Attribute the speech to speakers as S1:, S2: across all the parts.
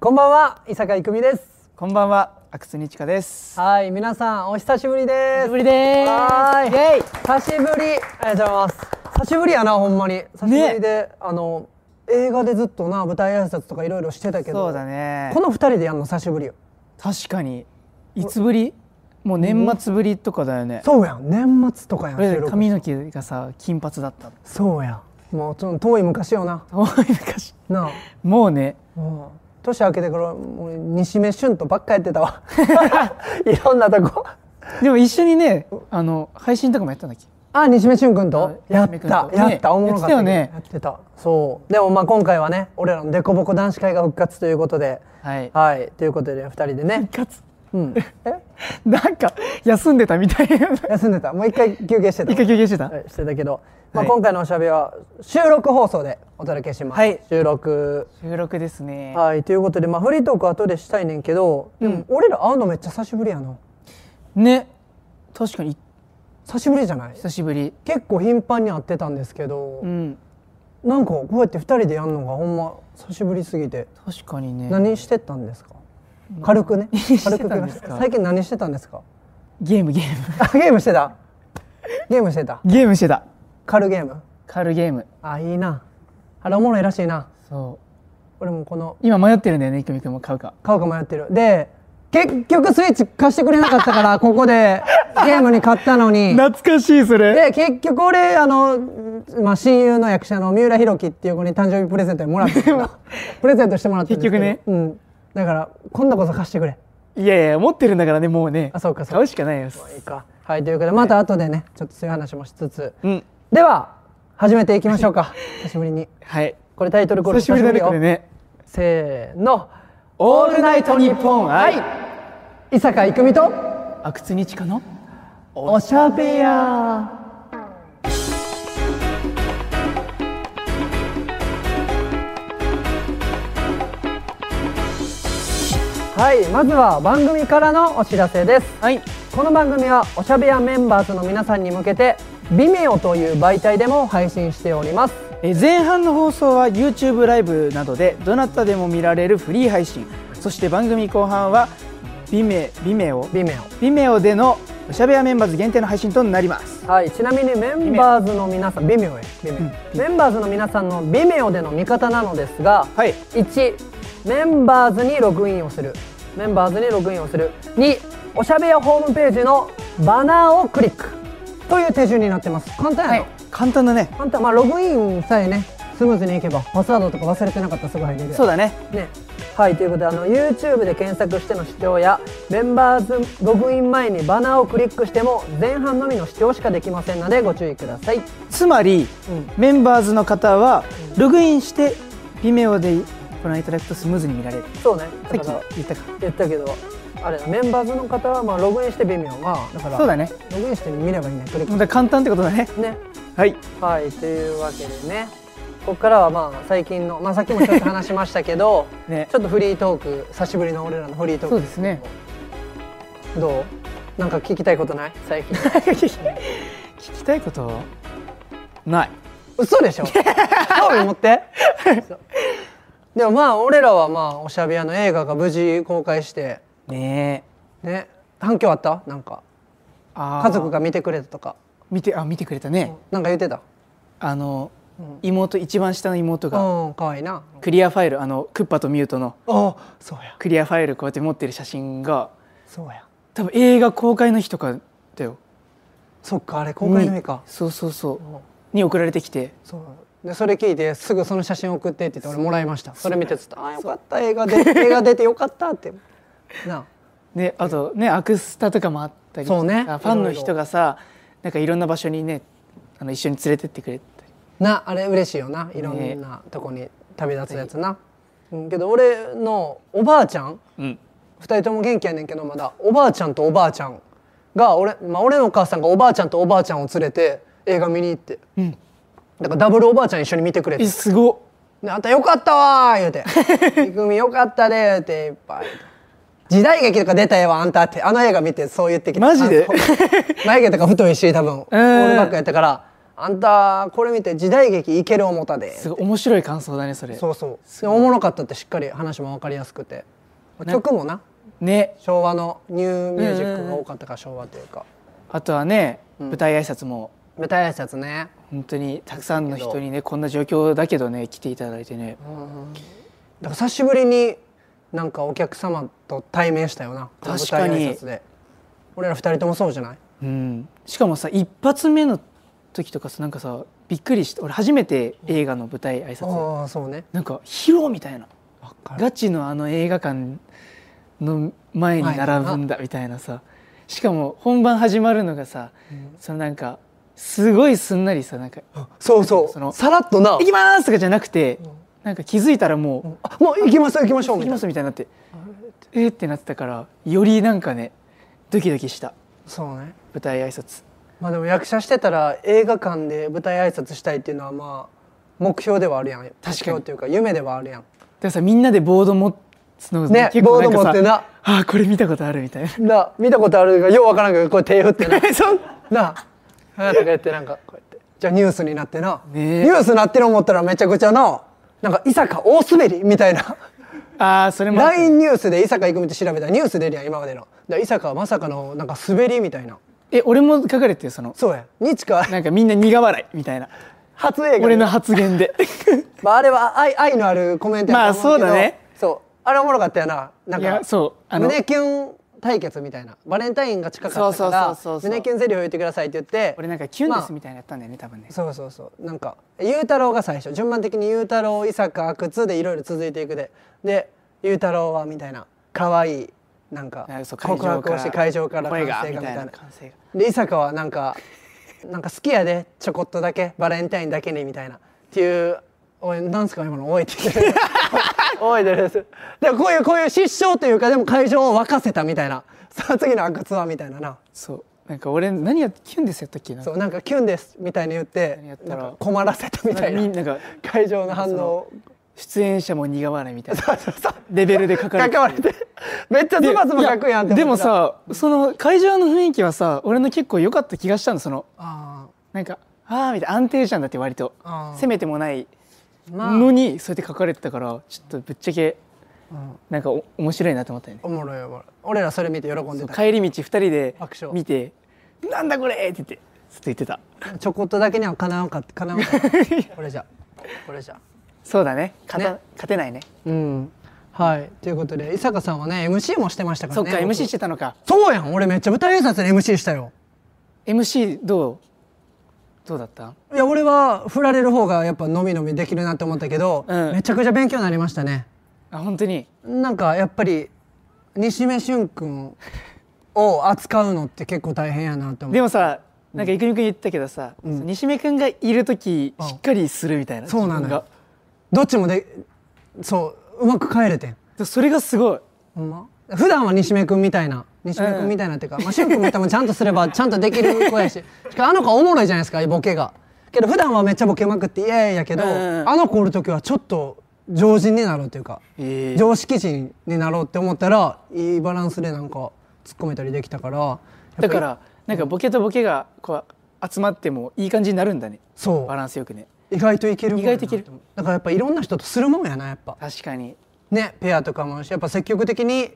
S1: こんばんは、伊坂郁美です。
S2: こんばんは、阿久津にちかです。
S1: はい、皆さんお久しぶりです。
S3: ぶりです
S1: はーい
S3: イエイ
S1: 久しぶり。ありがとうございます。久しぶりやな、ほんまに。久しぶりで、あの映画でずっとな舞台挨拶とかいろいろしてたけど、
S2: そうだね
S1: こ。の二人でやるの久しぶりよ。
S2: 確かに。いつぶり？もう年末ぶりとかだよね。
S1: そうやん、年末とかやん。
S2: 俺
S1: 収
S2: ら
S1: 録
S2: 髪の毛がさ金髪だったの。
S1: そうやん。もうちょっと遠い昔よな。
S2: 遠い昔。
S1: なあ。
S2: もうね。
S1: うん年明けてから俺西目旬とばっかやってたわ いろんなとこ
S2: でも一緒にね、あの配信とかもやったんだっけ？
S1: あ西目旬君と
S2: うん
S1: やっ
S2: 西銘
S1: た
S2: 君と
S1: や
S2: ね
S1: ったおもろかったけど
S2: やってたよね
S1: やってたそうでもまあ今回はね俺らのデコボコ男子会が復活ということで
S2: はい
S1: はいということで2人で ね
S2: かつ
S1: うんえ
S2: なんか休んでたみたいな。
S1: 休んでたもう一回休憩してた
S2: 一回休憩してた。
S1: はい、してたけど、まあ、
S2: はい
S1: 今回のおしゃべりは収録放送でお届けします、
S2: はい
S1: 収録
S2: 収録ですね。
S1: はいということでまあフリートーク後でしたいねんけど、でも俺ら会うのめっちゃ久しぶりやな
S2: ね。確かに
S1: 久しぶりじゃない
S2: 久しぶり。
S1: 結構頻繁に会ってたんですけど、
S2: うん。
S1: なんかこうやって2人でやるのがほんま久しぶりすぎて
S2: 確かにね。
S1: 何してたんですか軽くね
S2: して
S1: 軽く
S2: たんですか
S1: 最近何してたんですか
S2: ゲームゲーム。
S1: あゲームしてたゲームしてた
S2: ゲームしてた。
S1: 軽ゲーム
S2: カルゲーム。
S1: あいいなあれおもろいらしいな
S2: そう。
S1: 俺もこの
S2: 今迷ってるんだよね、いくみくんも買うか。
S1: 買うか迷ってるで結局スイッチ貸してくれなかった からここでゲームに買ったのに
S2: 懐かしい、それ。
S1: で結局俺あの、まあ、親友の役者の三浦弘樹っていう子に誕生日プレゼントにもらったんだけどプレゼントしてもらったんですけど
S2: 結
S1: ね、うん、だから今度こそ貸してくれ
S2: いやいや、持ってるんだからね、もうね。
S1: あそうかそう
S2: 買うしかないよ。
S1: いいかはいということでまた後でねちょっとそういう話もしつつ
S2: うん。
S1: では始めていきましょう か久しぶりに
S2: はい。
S1: これタイトルコール
S2: 久しぶりだね、
S1: よ
S2: これね。
S1: せーの
S2: オールナイトニッポン愛。
S1: 伊坂郁美と
S2: 阿久津にちかの。
S1: おしゃべやはいまずは番組からのお知らせです
S2: はい。
S1: この番組はおしゃべやメンバーズの皆さんに向けて Vimeo という媒体でも配信しております
S2: えー前半の放送は YouTube ライブなどでどなたでも見られるフリー配信そして番組後半はビメビメオ
S1: Vimeo
S2: ビメオでのおしゃべやメンバーズ限定の配信となります
S1: はい、ちなみにメンバーズの皆さん、微妙や、微妙。メンバーズの皆さんの微妙での見方なのですが、
S2: はい
S1: 1、メンバーズにログインをする。メンバーズにログインをする。2、おしゃべやホームページのバナーをクリック。という手順になってます。簡単やろ、
S2: 簡単だね
S1: 簡単、まあ、ログインさえね、スムーズにいけば、パスワードとか忘れてなかったらすぐ入れるやん
S2: そうだね
S1: ね、はいということであの YouTube で検索しての視聴やメンバーズログイン前にバナーをクリックしても前半のみの視聴しかできませんのでご注意ください
S2: つまり、
S1: うん
S2: メンバーズの方はログインしてビメオでご覧いただくとスムーズに見られる
S1: そうね
S2: さ
S1: だ
S2: っ
S1: から
S2: き言ったか
S1: 言ったけどあれだメンバーズの方はまあログインして微妙がだから
S2: そうだね
S1: ログインして見ればいいねクリッ
S2: もうだから簡単ってことだね
S1: クね
S2: はい
S1: はいというわけでねここからはまあ最近の、まあ、さっきもちょっと話しましたけ ど、
S2: ね
S1: ちょっとフリートーク久しぶりの俺らのフリートーク
S2: そうですね
S1: どうなんか聞きたいことない最 近
S2: 聞きたいことない
S1: 嘘でしょ興味持って嘘でもまあ俺らはまあおしゃべり屋の映画が無事公開して
S2: ねえ
S1: ね反響あったなんか
S2: あー
S1: 家族が見てくれたとか
S2: 見てあ見てくれたね、
S1: なんか言ってた
S2: あの妹一番下の妹が
S1: うん可愛いな
S2: クリアファイルあのクッパとミュートの
S1: あそうや
S2: クリアファイルこうやって持ってる写真が
S1: そうや
S2: 多分映画公開の日とかだよ
S1: そっかあれ公開の日か
S2: にそうそうそ
S1: う
S2: う
S1: ん
S2: に送られてきて
S1: そうでそれ聞いてすぐその写真送ってって言って俺もらいましたそれ見てちょっとあーよかった映画 で映画出てよかったってなあ
S2: であとねアクスタとかもあったり
S1: そうね
S2: あファンの人がさなんかいろんな場所にねあの一緒に連れてってくれたり
S1: なあれ嬉しいよないろんなとこに旅立つやつな、うん、けど俺のおばあちゃん
S2: うん
S1: 2人とも元気やねんけどまだおばあちゃんとおばあちゃんが俺,、まあ、俺のお母さんがおばあちゃんとおばあちゃんを連れて映画見に行って、
S2: ん
S1: だからダブルおばあちゃん一緒に見てくれて
S2: えすごっ
S1: であんたよかったわー言うて「いくみよかったで」言うていっぱい言うて時代劇とか出たよあんたってあの映画見てそう言ってきた
S2: マジで
S1: あそう眉毛とか太いし多分、オ
S2: ん
S1: ールバックやったから「あんたこれ見て時代劇いける思たです
S2: ごい面白い感想だねそれ
S1: そうそうでおもろかったってしっかり話も分かりやすくて曲もな
S2: ね
S1: 昭和のニューミュージックが多かったから昭和というか
S2: あとはね、舞台挨拶も
S1: 舞台挨拶ね
S2: 本当にたくさんの人にねこんな状況だけどね来ていただいてね、
S1: だから久しぶりになんかお客様と対面したよなこの舞台挨拶で俺ら二人ともそうじゃない
S2: うん、しかもさ一発目の時とかさなんかさびっくりして俺初めて映画の舞台挨拶
S1: ああそうね
S2: なんかヒーローみたいな
S1: わかる
S2: ガチのあの映画館の前に並ぶんだみたいなさしかも本番始まるのがさ、そのなんかすごいすんなりさなんか
S1: そうそ
S2: その
S1: うさらっとな
S2: 「行きます!」とかじゃなくて、なんか気づいたらも
S1: あもう行きます行きましょう
S2: う「
S1: み
S2: 行
S1: た
S2: きま
S1: いな
S2: す」みたいになって「えっ?」ってなってたからよりなんかねドキドキした
S1: そうね
S2: 舞台挨拶
S1: まあでも役者してたら映画館で舞台挨拶したいっていうのはまあ目標ではあるやん確
S2: かに
S1: っていうか夢ではあるやん
S2: でさみんなでボード持つの
S1: ね
S2: 結構なんか
S1: ボード持
S2: さ
S1: ってな
S2: あーこれ見たことあるみた いな
S1: な見たことあるがようわからんけどこれ手振 ってな
S2: そう
S1: なああとかやってなんかこうやってじゃあニュースになってな、
S2: ねえ
S1: ニュースなってる思ったらめちゃくちゃななんか伊坂大滑りみた いな
S2: ああそれもあった
S1: LINE ニュースで伊坂郁美って調べたらニュース出るやん今までのだから伊坂はまさかのなんか滑りみたいな
S2: え俺も書かれてるその
S1: そうや日か
S2: なんかみんな苦笑いみたいな
S1: 初映画
S2: 俺の発言で
S1: まああれは愛愛のあるコメントやと思けど
S2: まあそうだね
S1: そうあれおもろかったよななん
S2: い
S1: か
S2: やそうあの
S1: 胸キュン対決みたいなバレンタインが近かったか
S2: そうそう
S1: ら
S2: そうそうそう
S1: 胸キュンセリフを言ってくださいって言って
S2: 俺なんかキュンですみ
S1: ま
S2: たいなのやったんだよね多分ね
S1: あ、そうそうそうなんか雄太郎が最初順番的に雄太郎伊坂阿久津でいろいろ続いていくでで雄太郎はみたいな可愛いなんか
S2: あそう
S1: 告白をして会場から
S2: 声
S1: 歓声がみ
S2: がみ
S1: た
S2: た
S1: い
S2: い
S1: な
S2: な歓声が
S1: で伊坂はなんかなんか好きやでちょこっとだけバレンタインだけにみたいなっていう「おいなんすか今のおい」って言ってる おいでですでもこういうこういう失笑というかでも会場を沸かせたみたいなその次の阿久津はみたいなな
S2: そうなんか俺何やキュンですやったっけなん
S1: そ
S2: か
S1: うなんか「キュンです」みたいに言って
S2: 何やった
S1: な
S2: ら
S1: んか困らせたみたい
S2: み
S1: なん
S2: なが
S1: 会場の反応を
S2: 出演者も苦笑いみたいな
S1: そうそう
S2: レベルで書かれて
S1: 関われてめっちゃズバズバ書くやんって思ってた
S2: でもさその会場の雰囲気はさ俺の結構良かった気がしたのその
S1: あ
S2: なんかああみたいな安定じゃんだって割と
S1: あー
S2: 攻めてもない
S1: ーまあ、
S2: のにそうやって書かれてたからちょっとぶっちゃけ
S1: うん
S2: なんかお面白いなと思ったよね
S1: おもろいおもろい俺らそれ見て喜んでた
S2: 帰り道2人で
S1: 爆笑
S2: 見て「なんだこれ!」って言ってずっと言ってた
S1: ちょこっとだけにはかなわんかかなわん かったこれじゃこれじゃ
S2: そうだね勝た
S1: ね
S2: 勝てないね
S1: うんはいということで伊坂さんはね MC もしてましたか
S2: そ
S1: ら
S2: っ
S1: ね
S2: か
S1: 僕
S2: MC してたのか
S1: そうやん俺めっちゃ舞台挨拶で MC したよ
S2: MC どうどうだった
S1: いや俺は振られる方がやっぱのみのみできるなって思ったけど、
S2: うん
S1: めちゃくちゃ勉強になりましたね
S2: あ本当に
S1: なんかやっぱり西目俊君を扱うのって結構大変やなって思
S2: で
S1: う
S2: もさなんかいくみくん言ってたけどさ、西目くんがいる時しっかりするみたいな
S1: そうなの
S2: 自分
S1: よ
S2: が
S1: どっちもでそううまく帰れてん
S2: でそれがすごい
S1: ほんま普段は西目君みたいな西目君みたいなっていうか、まあ俊君も多分ちゃんとすればちゃんとできる子やし しかもあの子おもろいじゃないですかボケがけど普段はめっちゃボケまくってイエーイやけど、
S2: うんうんうん
S1: あの子おる時はちょっと常人になろうというか、
S2: へえ
S1: 常識人になろうって思ったらいいバランスでなんか突っ込めたりできたからやっぱり
S2: だからなんかボケとボケがこう集まってもいい感じになるんだね
S1: そう
S2: バランスよくね
S1: 意外といけるもんやなって
S2: 意外といける
S1: だからやっぱいろんな人とするもんやなやっぱ
S2: 確かに
S1: ねペアとかもあるしやっぱ積極的に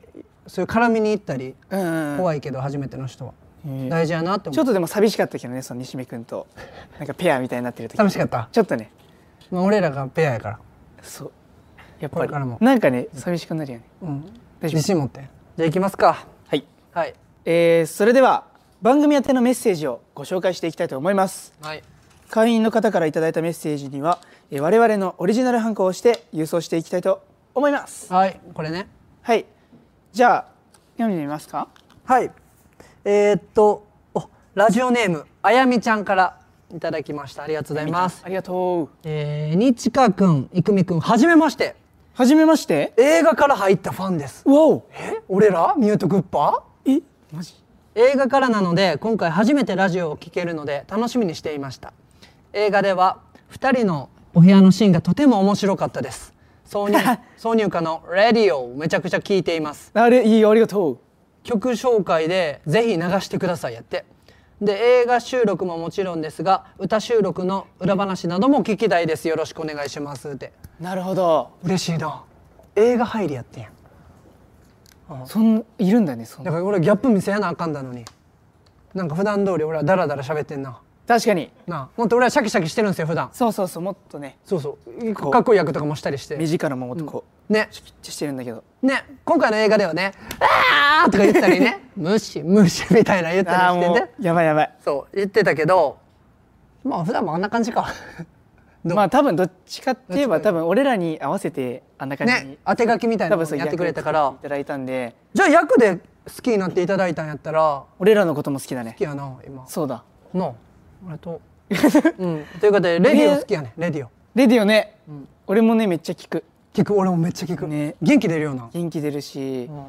S1: そういう絡みに行ったり、
S2: うんうんうん
S1: 怖いけど初めての人は、
S2: へえ
S1: 大事やなって思う
S2: ちょっとでも寂しかったけどねその西目くんとなんかペアみたいになってる時
S1: 寂しかった
S2: ちょっとね
S1: まあ、俺らがペアやから、
S2: そうやっぱ
S1: こ
S2: り
S1: れからも
S2: なんかね寂しくなるよね
S1: うん、
S2: 大丈夫
S1: 自信持ってじゃあ行きますか
S2: はい
S1: はい
S2: えーそれでは番組宛てのメッセージをご紹介していきたいと思います
S1: はい
S2: 会員の方からいただいたメッセージには、えー我々のオリジナルハンコをして郵送していきたいと思います
S1: はいこれね
S2: はいじゃあ読んでみますか
S1: はいえー、っとおラジオネームあやみちゃんからいただきましたありがとうございます
S2: ありがとう
S1: えー、にちかくんいくみくんはじめまして
S2: はじめまして
S1: 映画から入ったファンです
S2: うわお
S1: え俺らミュートグッパー
S2: えマジ
S1: 映画からなので今回初めてラジオを聴けるので楽しみにしていました映画では2人のお部屋のシーンがとても面白かったです挿入挿入歌の「レディオ」をめちゃくちゃ聴いています
S2: あれいいよありがとう
S1: 曲紹介でぜひ流してくださいやってで映画収録ももちろんですが歌収録の裏話なども聞きたいですよろしくお願いしますって
S2: なるほど
S1: 嬉しいな映画入りやってんやん
S2: そんいるんだねそん
S1: だから俺ギャップ見せやなあかんだのになんか普段通り俺はダラダラ喋ってんな
S2: 確かに
S1: なあもっと俺はシャキシャキしてるんですよ普段
S2: そうそうそうもっとね
S1: そうそうかっこいい役とかもしたりして
S2: 身近なものとこ
S1: ね
S2: う、ってしてるんだけど
S1: ね今回の映画ではね「あー!」とか言ったりね 「無視無視」みたいな言ったり
S2: ああ
S1: して
S2: も
S1: ね
S2: うやばいやばい
S1: そう言ってたけどまあ普段もあんな感じかどう
S2: まあ多分どっちかって言えば多分俺らに合わせてあんな感じに、
S1: ね当て書きみたいな
S2: 多
S1: の
S2: 分
S1: を
S2: そう
S1: やってくれたから
S2: 役をいただいたんで
S1: じゃあ役で好きになっていただいたんやったら好
S2: 俺らのことも好きだね
S1: きやな今
S2: そうだ
S1: なあ俺 とうんということでレディオ好きやねレディオ
S2: レディオね、俺もねめっちゃ聞く
S1: 聞く俺もめっちゃ聞く、
S2: ね
S1: 元気出るような、
S2: 元気出るし、
S1: うん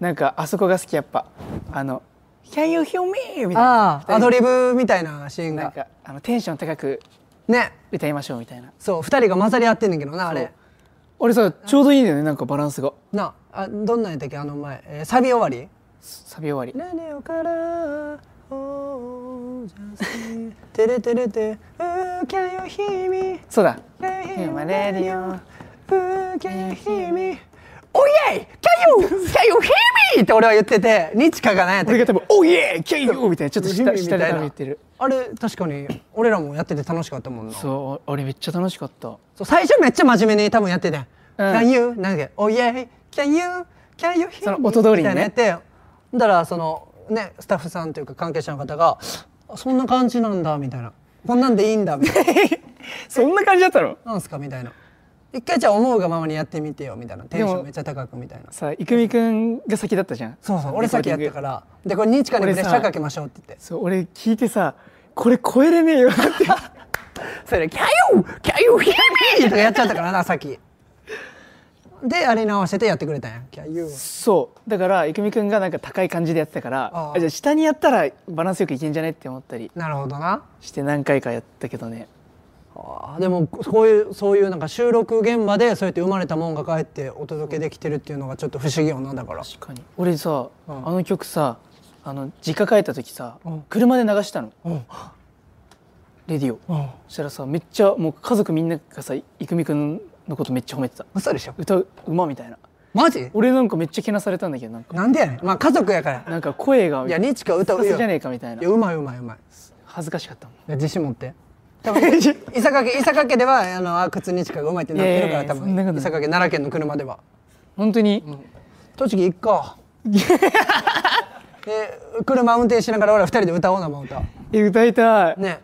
S2: なんかあそこが好きやっぱあの「Can you hear me?」みたいな
S1: ああアドリブみたいなシーン
S2: なん
S1: が
S2: かあのテンション高く
S1: ね
S2: 歌いましょうみたいな
S1: そう二人が混ざり合ってんねんけどなあれ
S2: 俺さちょうどいいんだよねなんかバランスが
S1: なあどんなんやったっけあの前、えーサビ終わり
S2: サビ終わり
S1: レディオからおーじゃすてれてれてうー can you hear me
S2: そうだ
S1: Can you
S2: 今レディオ
S1: hear me? Can you hear me? おいえい Can you! Can you hear me? って俺は言ってて日華が何やったっ
S2: 俺
S1: け
S2: が多分「おいえ Can you!」みたいなちょっと下下で多分言ってる
S1: あれ確かに俺らもやってて楽しかったもんなそう
S2: そう俺めっちゃ楽しかった
S1: 最初めっちゃ真面目に多分やってて、
S2: うん
S1: Can you? なんだっけおいえい Can you? Can you hear me?
S2: その音通
S1: み
S2: りにね
S1: たいなやってだからそのねスタッフさんというか関係者の方があそんな感じなんだみたいなこんなんでいいんだみたいな
S2: そんな感じだったの
S1: なんすかみたいな一回じゃあ思うがままにやってみてよみたいなテンションめっちゃ高くみたいな
S2: さ生見くんが先だったじゃん
S1: そうそう俺先やったかららでこれ日からにプレッシャーかけましょうって言って
S2: そう俺聞いてさこれ超えれねえよって
S1: それで「キャユーキャユーキャミー!」とかやっちゃったからな先であれに合わせてやってくれたんや「キャユー
S2: そうだから生見くんがなんか高い感じでやってたから
S1: あ
S2: あ
S1: あ
S2: じゃあ下にやったらバランスよくいけんじゃねって思ったり」
S1: なるほどな
S2: して何回かやったけどね
S1: あーでもこういうそういうなんか収録現場でそうやって生まれたもんが帰ってお届けできてるっていうのがちょっと不思議よなだから
S2: 確かに俺さ、
S1: うん
S2: あの曲さあの実家帰った時さ、
S1: うん
S2: 車で流したの
S1: うん
S2: レディオ
S1: うん
S2: そしたらさめっちゃもう家族みんながさ生見くんのことめっちゃ褒めてた
S1: 嘘でしょ
S2: 歌うまみたいな
S1: マジ
S2: 俺なんかめっちゃけなされたんだけどなんか
S1: なんでやねんまあ家族やから
S2: なんか声が
S1: いや日華歌う
S2: さす
S1: よ
S2: じゃねえかみたいない
S1: やうまいうまいうまい
S2: 恥ずかしかったもん
S1: いや自信持って多 分伊坂家伊坂家ではあの阿久津に近がうまいってなってるから
S2: いやいやいや
S1: 多
S2: そんなこ
S1: 分
S2: とな
S1: 伊
S2: い
S1: 坂家奈良県の車では
S2: 本当に、
S1: 栃木行っか で車運転しながら俺ら二人で歌おうなもう歌
S2: え歌いたい、
S1: ね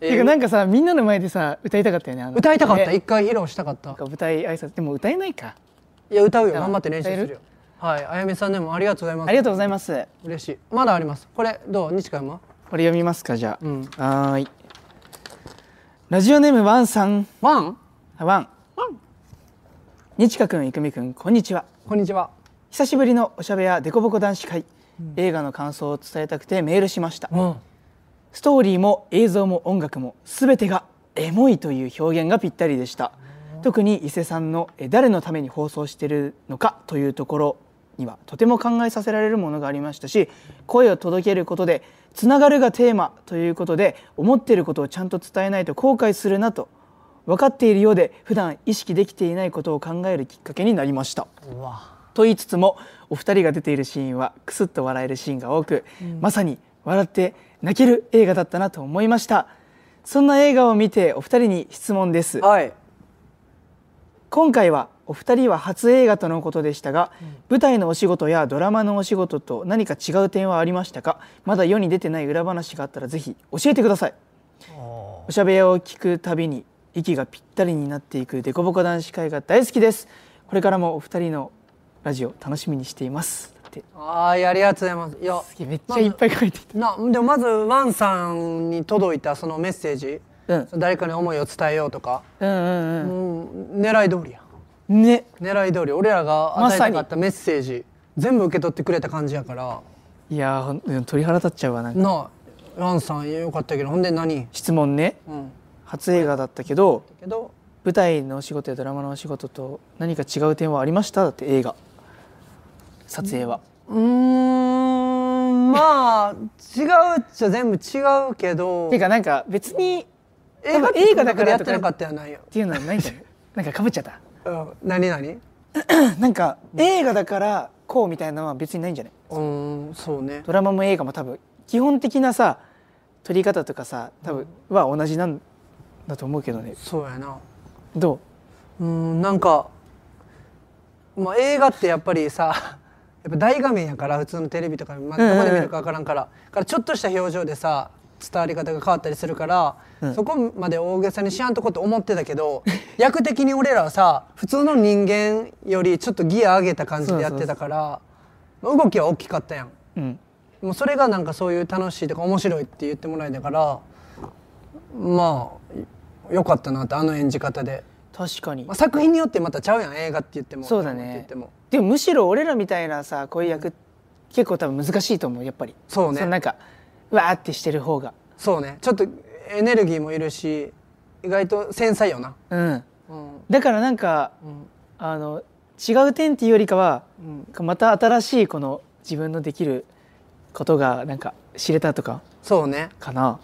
S2: てかなんかさみんなの前でさ歌いたかったよねあの
S1: 歌いたかった
S2: ね
S1: 一回披露したかった
S2: なんか舞台挨拶でも歌えないか
S1: いや歌うよ
S2: じゃあ
S1: 頑張って練習する
S2: 歌え
S1: よはいあやみさんでもありがとうございま
S2: あり
S1: す
S2: がとうございます
S1: 嬉しいまだありますこれどう日海も
S2: これ読みますかじゃあ、
S1: うん
S2: はーいラジオネームワンさん
S1: ワン
S2: あワンにちかくんいくみくんこんにちは
S1: こんにちは
S2: 久しぶりのおしゃべやデコボコ男子会、映画の感想を伝えたくてメールしました、
S1: うん
S2: ストーリーも映像も音楽も全てがエモいという表現がぴったりでした特に伊勢さんのえ誰のために放送しているのかというところにはとても考えさせられるものがありましたし声を届けることで「つながる」がテーマということで思っていることをちゃんと伝えないと後悔するなと分かっているようで普段意識できていないことを考えるきっかけになりました。
S1: うわ
S2: と言いつつもお二人が出ているシーンはクスッと笑えるシーンが多く、まさに笑って泣ける映画だったなと思いましたそんな映画を見てお二人に質問です
S1: はい
S2: 今回はお二人は初映画とのことでしたが、舞台のお仕事やドラマのお仕事と何か違う点はありましたかまだ世に出てない裏話があったらぜひ教えてくださいおしゃべりを聞くたびに息がぴったりになっていくデコボコ男子会が大好きですこれからもお二人のラジオ楽しみにしていますだって
S1: あーいやありがとうございますいや
S2: すげえめっちゃいっぱい書いてい
S1: なでもまずワンさんに届いたそのメッセージ、
S2: うん
S1: 誰かに思いを伝えようとか、
S2: たうんう
S1: うんん、狙い通りや
S2: うんね
S1: 狙い通り俺らが与えたかったメッセージ、全部受け取ってくれた感じやから
S2: いやーほんうん鳥肌立っちゃうわなんか
S1: なあワンさんよかったけどほんで何
S2: 質問ね
S1: うん
S2: 初映画だったけど
S1: けど
S2: 舞台のお仕事やドラマのお仕事と何か違う点はありましただって映画撮影は
S1: うーんまあ違うっちゃ全部違うけど
S2: ていうかなんか別に
S1: 映画
S2: 多分映画だから
S1: やっ
S2: と
S1: て
S2: か
S1: なかっ
S2: った
S1: やないよ、
S2: ていうのはない んじゃないなんかかぶっちゃった
S1: うん、何何
S2: なんか映画だからこうみたいなのは別にないんじゃないう
S1: ーんそうね
S2: ドラマも映画も多分基本的なさ撮り方とかさ多分は同じなんだと思うけどね
S1: そうやな
S2: どう
S1: うーんなんか、まあ、映画ってやっぱりさ やっぱ大画面やから普通のテレビとか、まあ、
S2: うんうんうん
S1: 生で見るか分からんから,、からちょっとした表情でさ伝わり方が変わったりするから、そこまで大げさにしやんとこって思ってたけど 役的に俺らはさ普通の人間よりちょっとギア上げた感じでやってたからまあ動きは大きかったやん。
S2: うん
S1: もうそれがなんかそういう楽しいとか面白いって言ってもらえたからまあよかったなってあの演じ方で
S2: 確かに
S1: まあ、作品によってまたちゃうやん映画って言っても
S2: そうだ
S1: ドラマっ
S2: ね
S1: て言っても
S2: でもむしろ俺らみたいなさこういう役結構多分難しいと思うやっぱり
S1: そうね
S2: のなんかわーってしてる方が
S1: そうねちょっとエネルギーもいるし意外と繊細よな
S2: うん
S1: うん
S2: だからなんか
S1: うん
S2: あの違う点っていうよりかは
S1: うん
S2: また新しいこの自分のできることがなんか知れたとか
S1: そうね
S2: かな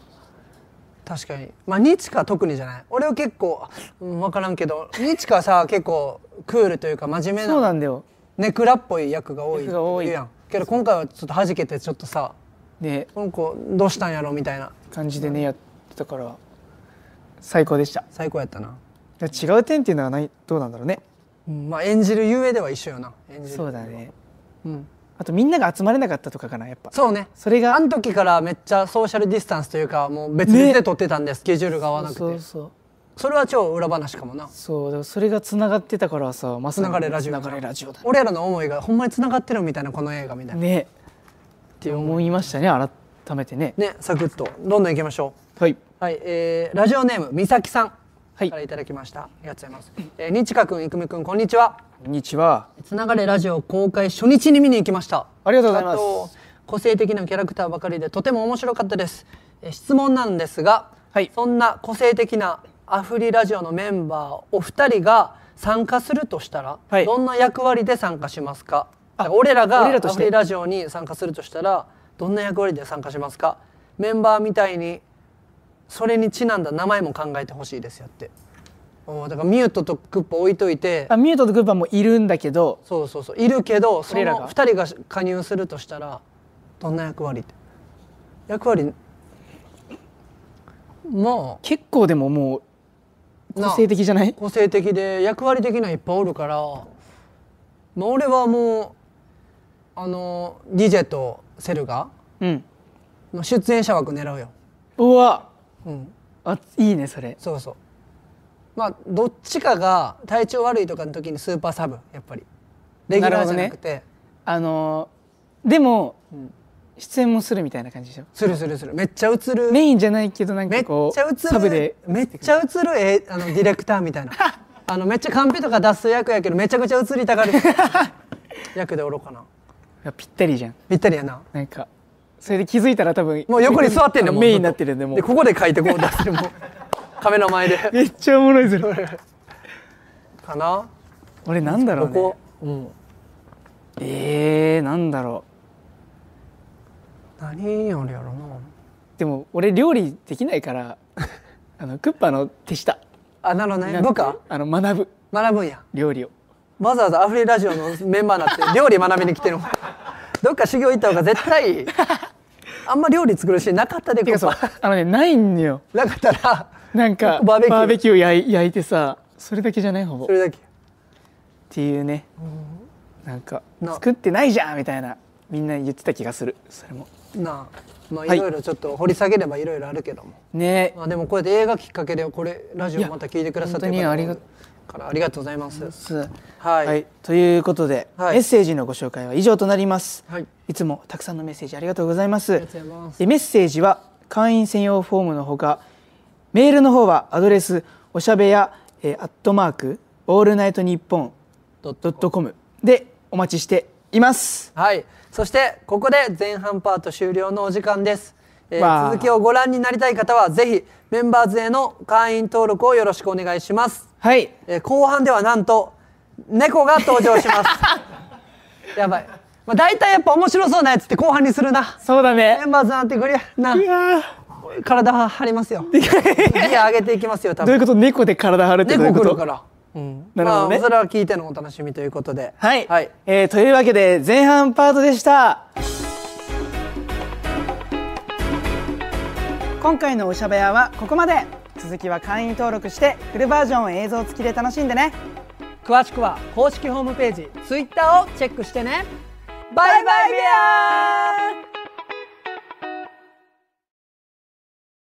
S1: 確かにまあ日か特にじゃない俺は結構、うん、分からんけど日かさ結構クールというか真面目
S2: そう
S1: な
S2: なんだよ
S1: ネクラっぽい役が多い
S2: 役が多い
S1: って言うやんけど今回はちょっと弾けてちょっとさ
S2: ね
S1: この子どうしたんやろみたいな
S2: 感じでねやってたから最高でした
S1: 最高やったな、
S2: いや違う点っていうのはないどうなんだろうね
S1: うんまあ演じるゆえでは一緒よな演じる
S2: そうだね
S1: うん
S2: あとみんなが集まれなかったとかかなやっぱ
S1: そうね
S2: それが
S1: あの時からめっちゃソーシャルディスタンスというかもう別々で撮ってたんで、スケジュールが合わなくてそ
S2: そうそう
S1: れは超裏話かもな
S2: そうだからそれがつながってたからさま
S1: つ
S2: さ
S1: ながれラジオ
S2: つながれラジオだ
S1: 俺らの思いがほんまにつながってるみたいなこの映画みたいなね
S2: ねって思いましたね改めてね
S1: サクッとどんどんいきましょ
S2: はい、
S1: うはい、えー、ラジオネームみさきさん
S2: はい
S1: からいただきました、ありがとうございます、えー、にちかくんいくみくんこんにちは
S2: こんにちは
S1: つながれラジオ公開初日に見に行きました
S2: ありがとうございます
S1: 個性的なキャラクターばかりでとても面白かったですえー質問なんですが、
S2: はい
S1: そんな個性的なアフリラジオのメンバーお二人が参加するとしたら、
S2: はい
S1: どんな役割で参加しますか
S2: あ
S1: 俺らが
S2: 俺らと
S1: ア
S2: し
S1: フ
S2: て
S1: リラジオに参加するとしたらどんな役割で参加しますかメンバーみたいにそれにちなんだ名前も考えてほしいですよっておーだからミュートとクッポ置いといて
S2: あミュートとグーパーもいるんだけど
S1: そうそうそういるけどそ
S2: 俺ら
S1: の
S2: が
S1: 2人が加入するとしたらどんな役割って役割まあ
S2: 結構でももう
S1: なあ
S2: 個性的じゃない
S1: 個性的で役割的ないっぱいおるから、まあ、俺はもうあの DJ とセルガ
S2: うん
S1: の出演者枠狙うよ、
S2: うわ
S1: うん、
S2: あいいねそれ
S1: そうそうまあどっちかが体調悪いとかの時にスーパーサブやっぱりレギュラーじゃなくて
S2: あのーでも、出演もするみたいな感じでしょ
S1: するするするめっちゃ映る
S2: メインじゃないけどなん
S1: め
S2: か
S1: っち
S2: こ
S1: ゃ映
S2: う
S1: る
S2: サブで
S1: めっちゃ映るえあ のディレクターみたいなあのめっちゃカンペとか出す役やけどめちゃくちゃ映りたがる役でおろうかな
S2: あぴったりじゃん
S1: ぴったりやな
S2: なんかそれで気づいたら多分
S1: もう横に座ってんねんもう
S2: メインになってるんでもう
S1: でここで書いてこう出して もうカメラ前で
S2: めっちゃおもろいぞ
S1: かな
S2: 俺なんだろう
S1: こ
S2: ね
S1: こ、うん、
S2: えー、なんだろ
S1: 何やるやろな
S2: うでも俺料理できないからあのクッパの手下
S1: あなるほどね部下
S2: あの学ぶ
S1: 学ぶんや
S2: 料理を
S1: わざわざアフリラジオのメンバーになって料理学びに来てる もんどっか修行行った方が絶対いいあんま料理作るしなかったで
S2: てかそう
S1: ここ
S2: あのねないんよ
S1: なかったら
S2: なんか
S1: バ
S2: バ
S1: ーベキュー
S2: ーベキュー焼い焼いてさそれだけじゃないほぼ
S1: それだけ
S2: っていうね、なんか
S1: な
S2: 作ってないじゃんみたいなみんな言ってた気がするそれも
S1: なあまあい
S2: はい
S1: ろいろちょっと掘り下げればいろいろあるけども、
S2: ね
S1: まあ、でもこうやって映画きっかけでこれラジ
S2: い
S1: オ
S2: や
S1: また聞いてくださってる
S2: 本当にありが
S1: からありがとうございます
S2: す
S1: はい、
S2: ということで、
S1: はい
S2: メッセージのご紹介は以上となります、
S1: はい
S2: つもたくさんのメッセージありがとうございます
S1: りがとうございます
S2: でメッセージは会員専用フォームのほかメールの方はアドレスおしゃべや、えー、アットマークオールナイトニッポン
S1: ドッ
S2: ドットコムでお待ちしています
S1: はいそしてここで前半パート終了のお時間です、えー
S2: わあ
S1: 続きをご覧になりたい方はぜひメンバーズへの会員登録をよろしくお願いします、
S2: はい
S1: えー後半ではなんと猫が登場しますやばいまあ、大体やっぱ面白そうなやつって後半にするな
S2: そうだね
S1: メンバーズなんてグリアない
S2: や
S1: 体は張ります よギア上げていきますよ多
S2: どうい
S1: 分
S2: うこと猫で体張るってどうい
S1: 猫
S2: うこ
S1: 来
S2: と
S1: るからうん
S2: なるほどね
S1: まあ、それは聞いてのお楽しみということでは
S2: はい、えーというわけで前半パートでした今回のおしゃべやはここまで続きは会員登録してフルバージョンを映像付きで楽しんでね
S1: 詳しくは公式ホームページ Twitter をチェックしてねバイバイビアー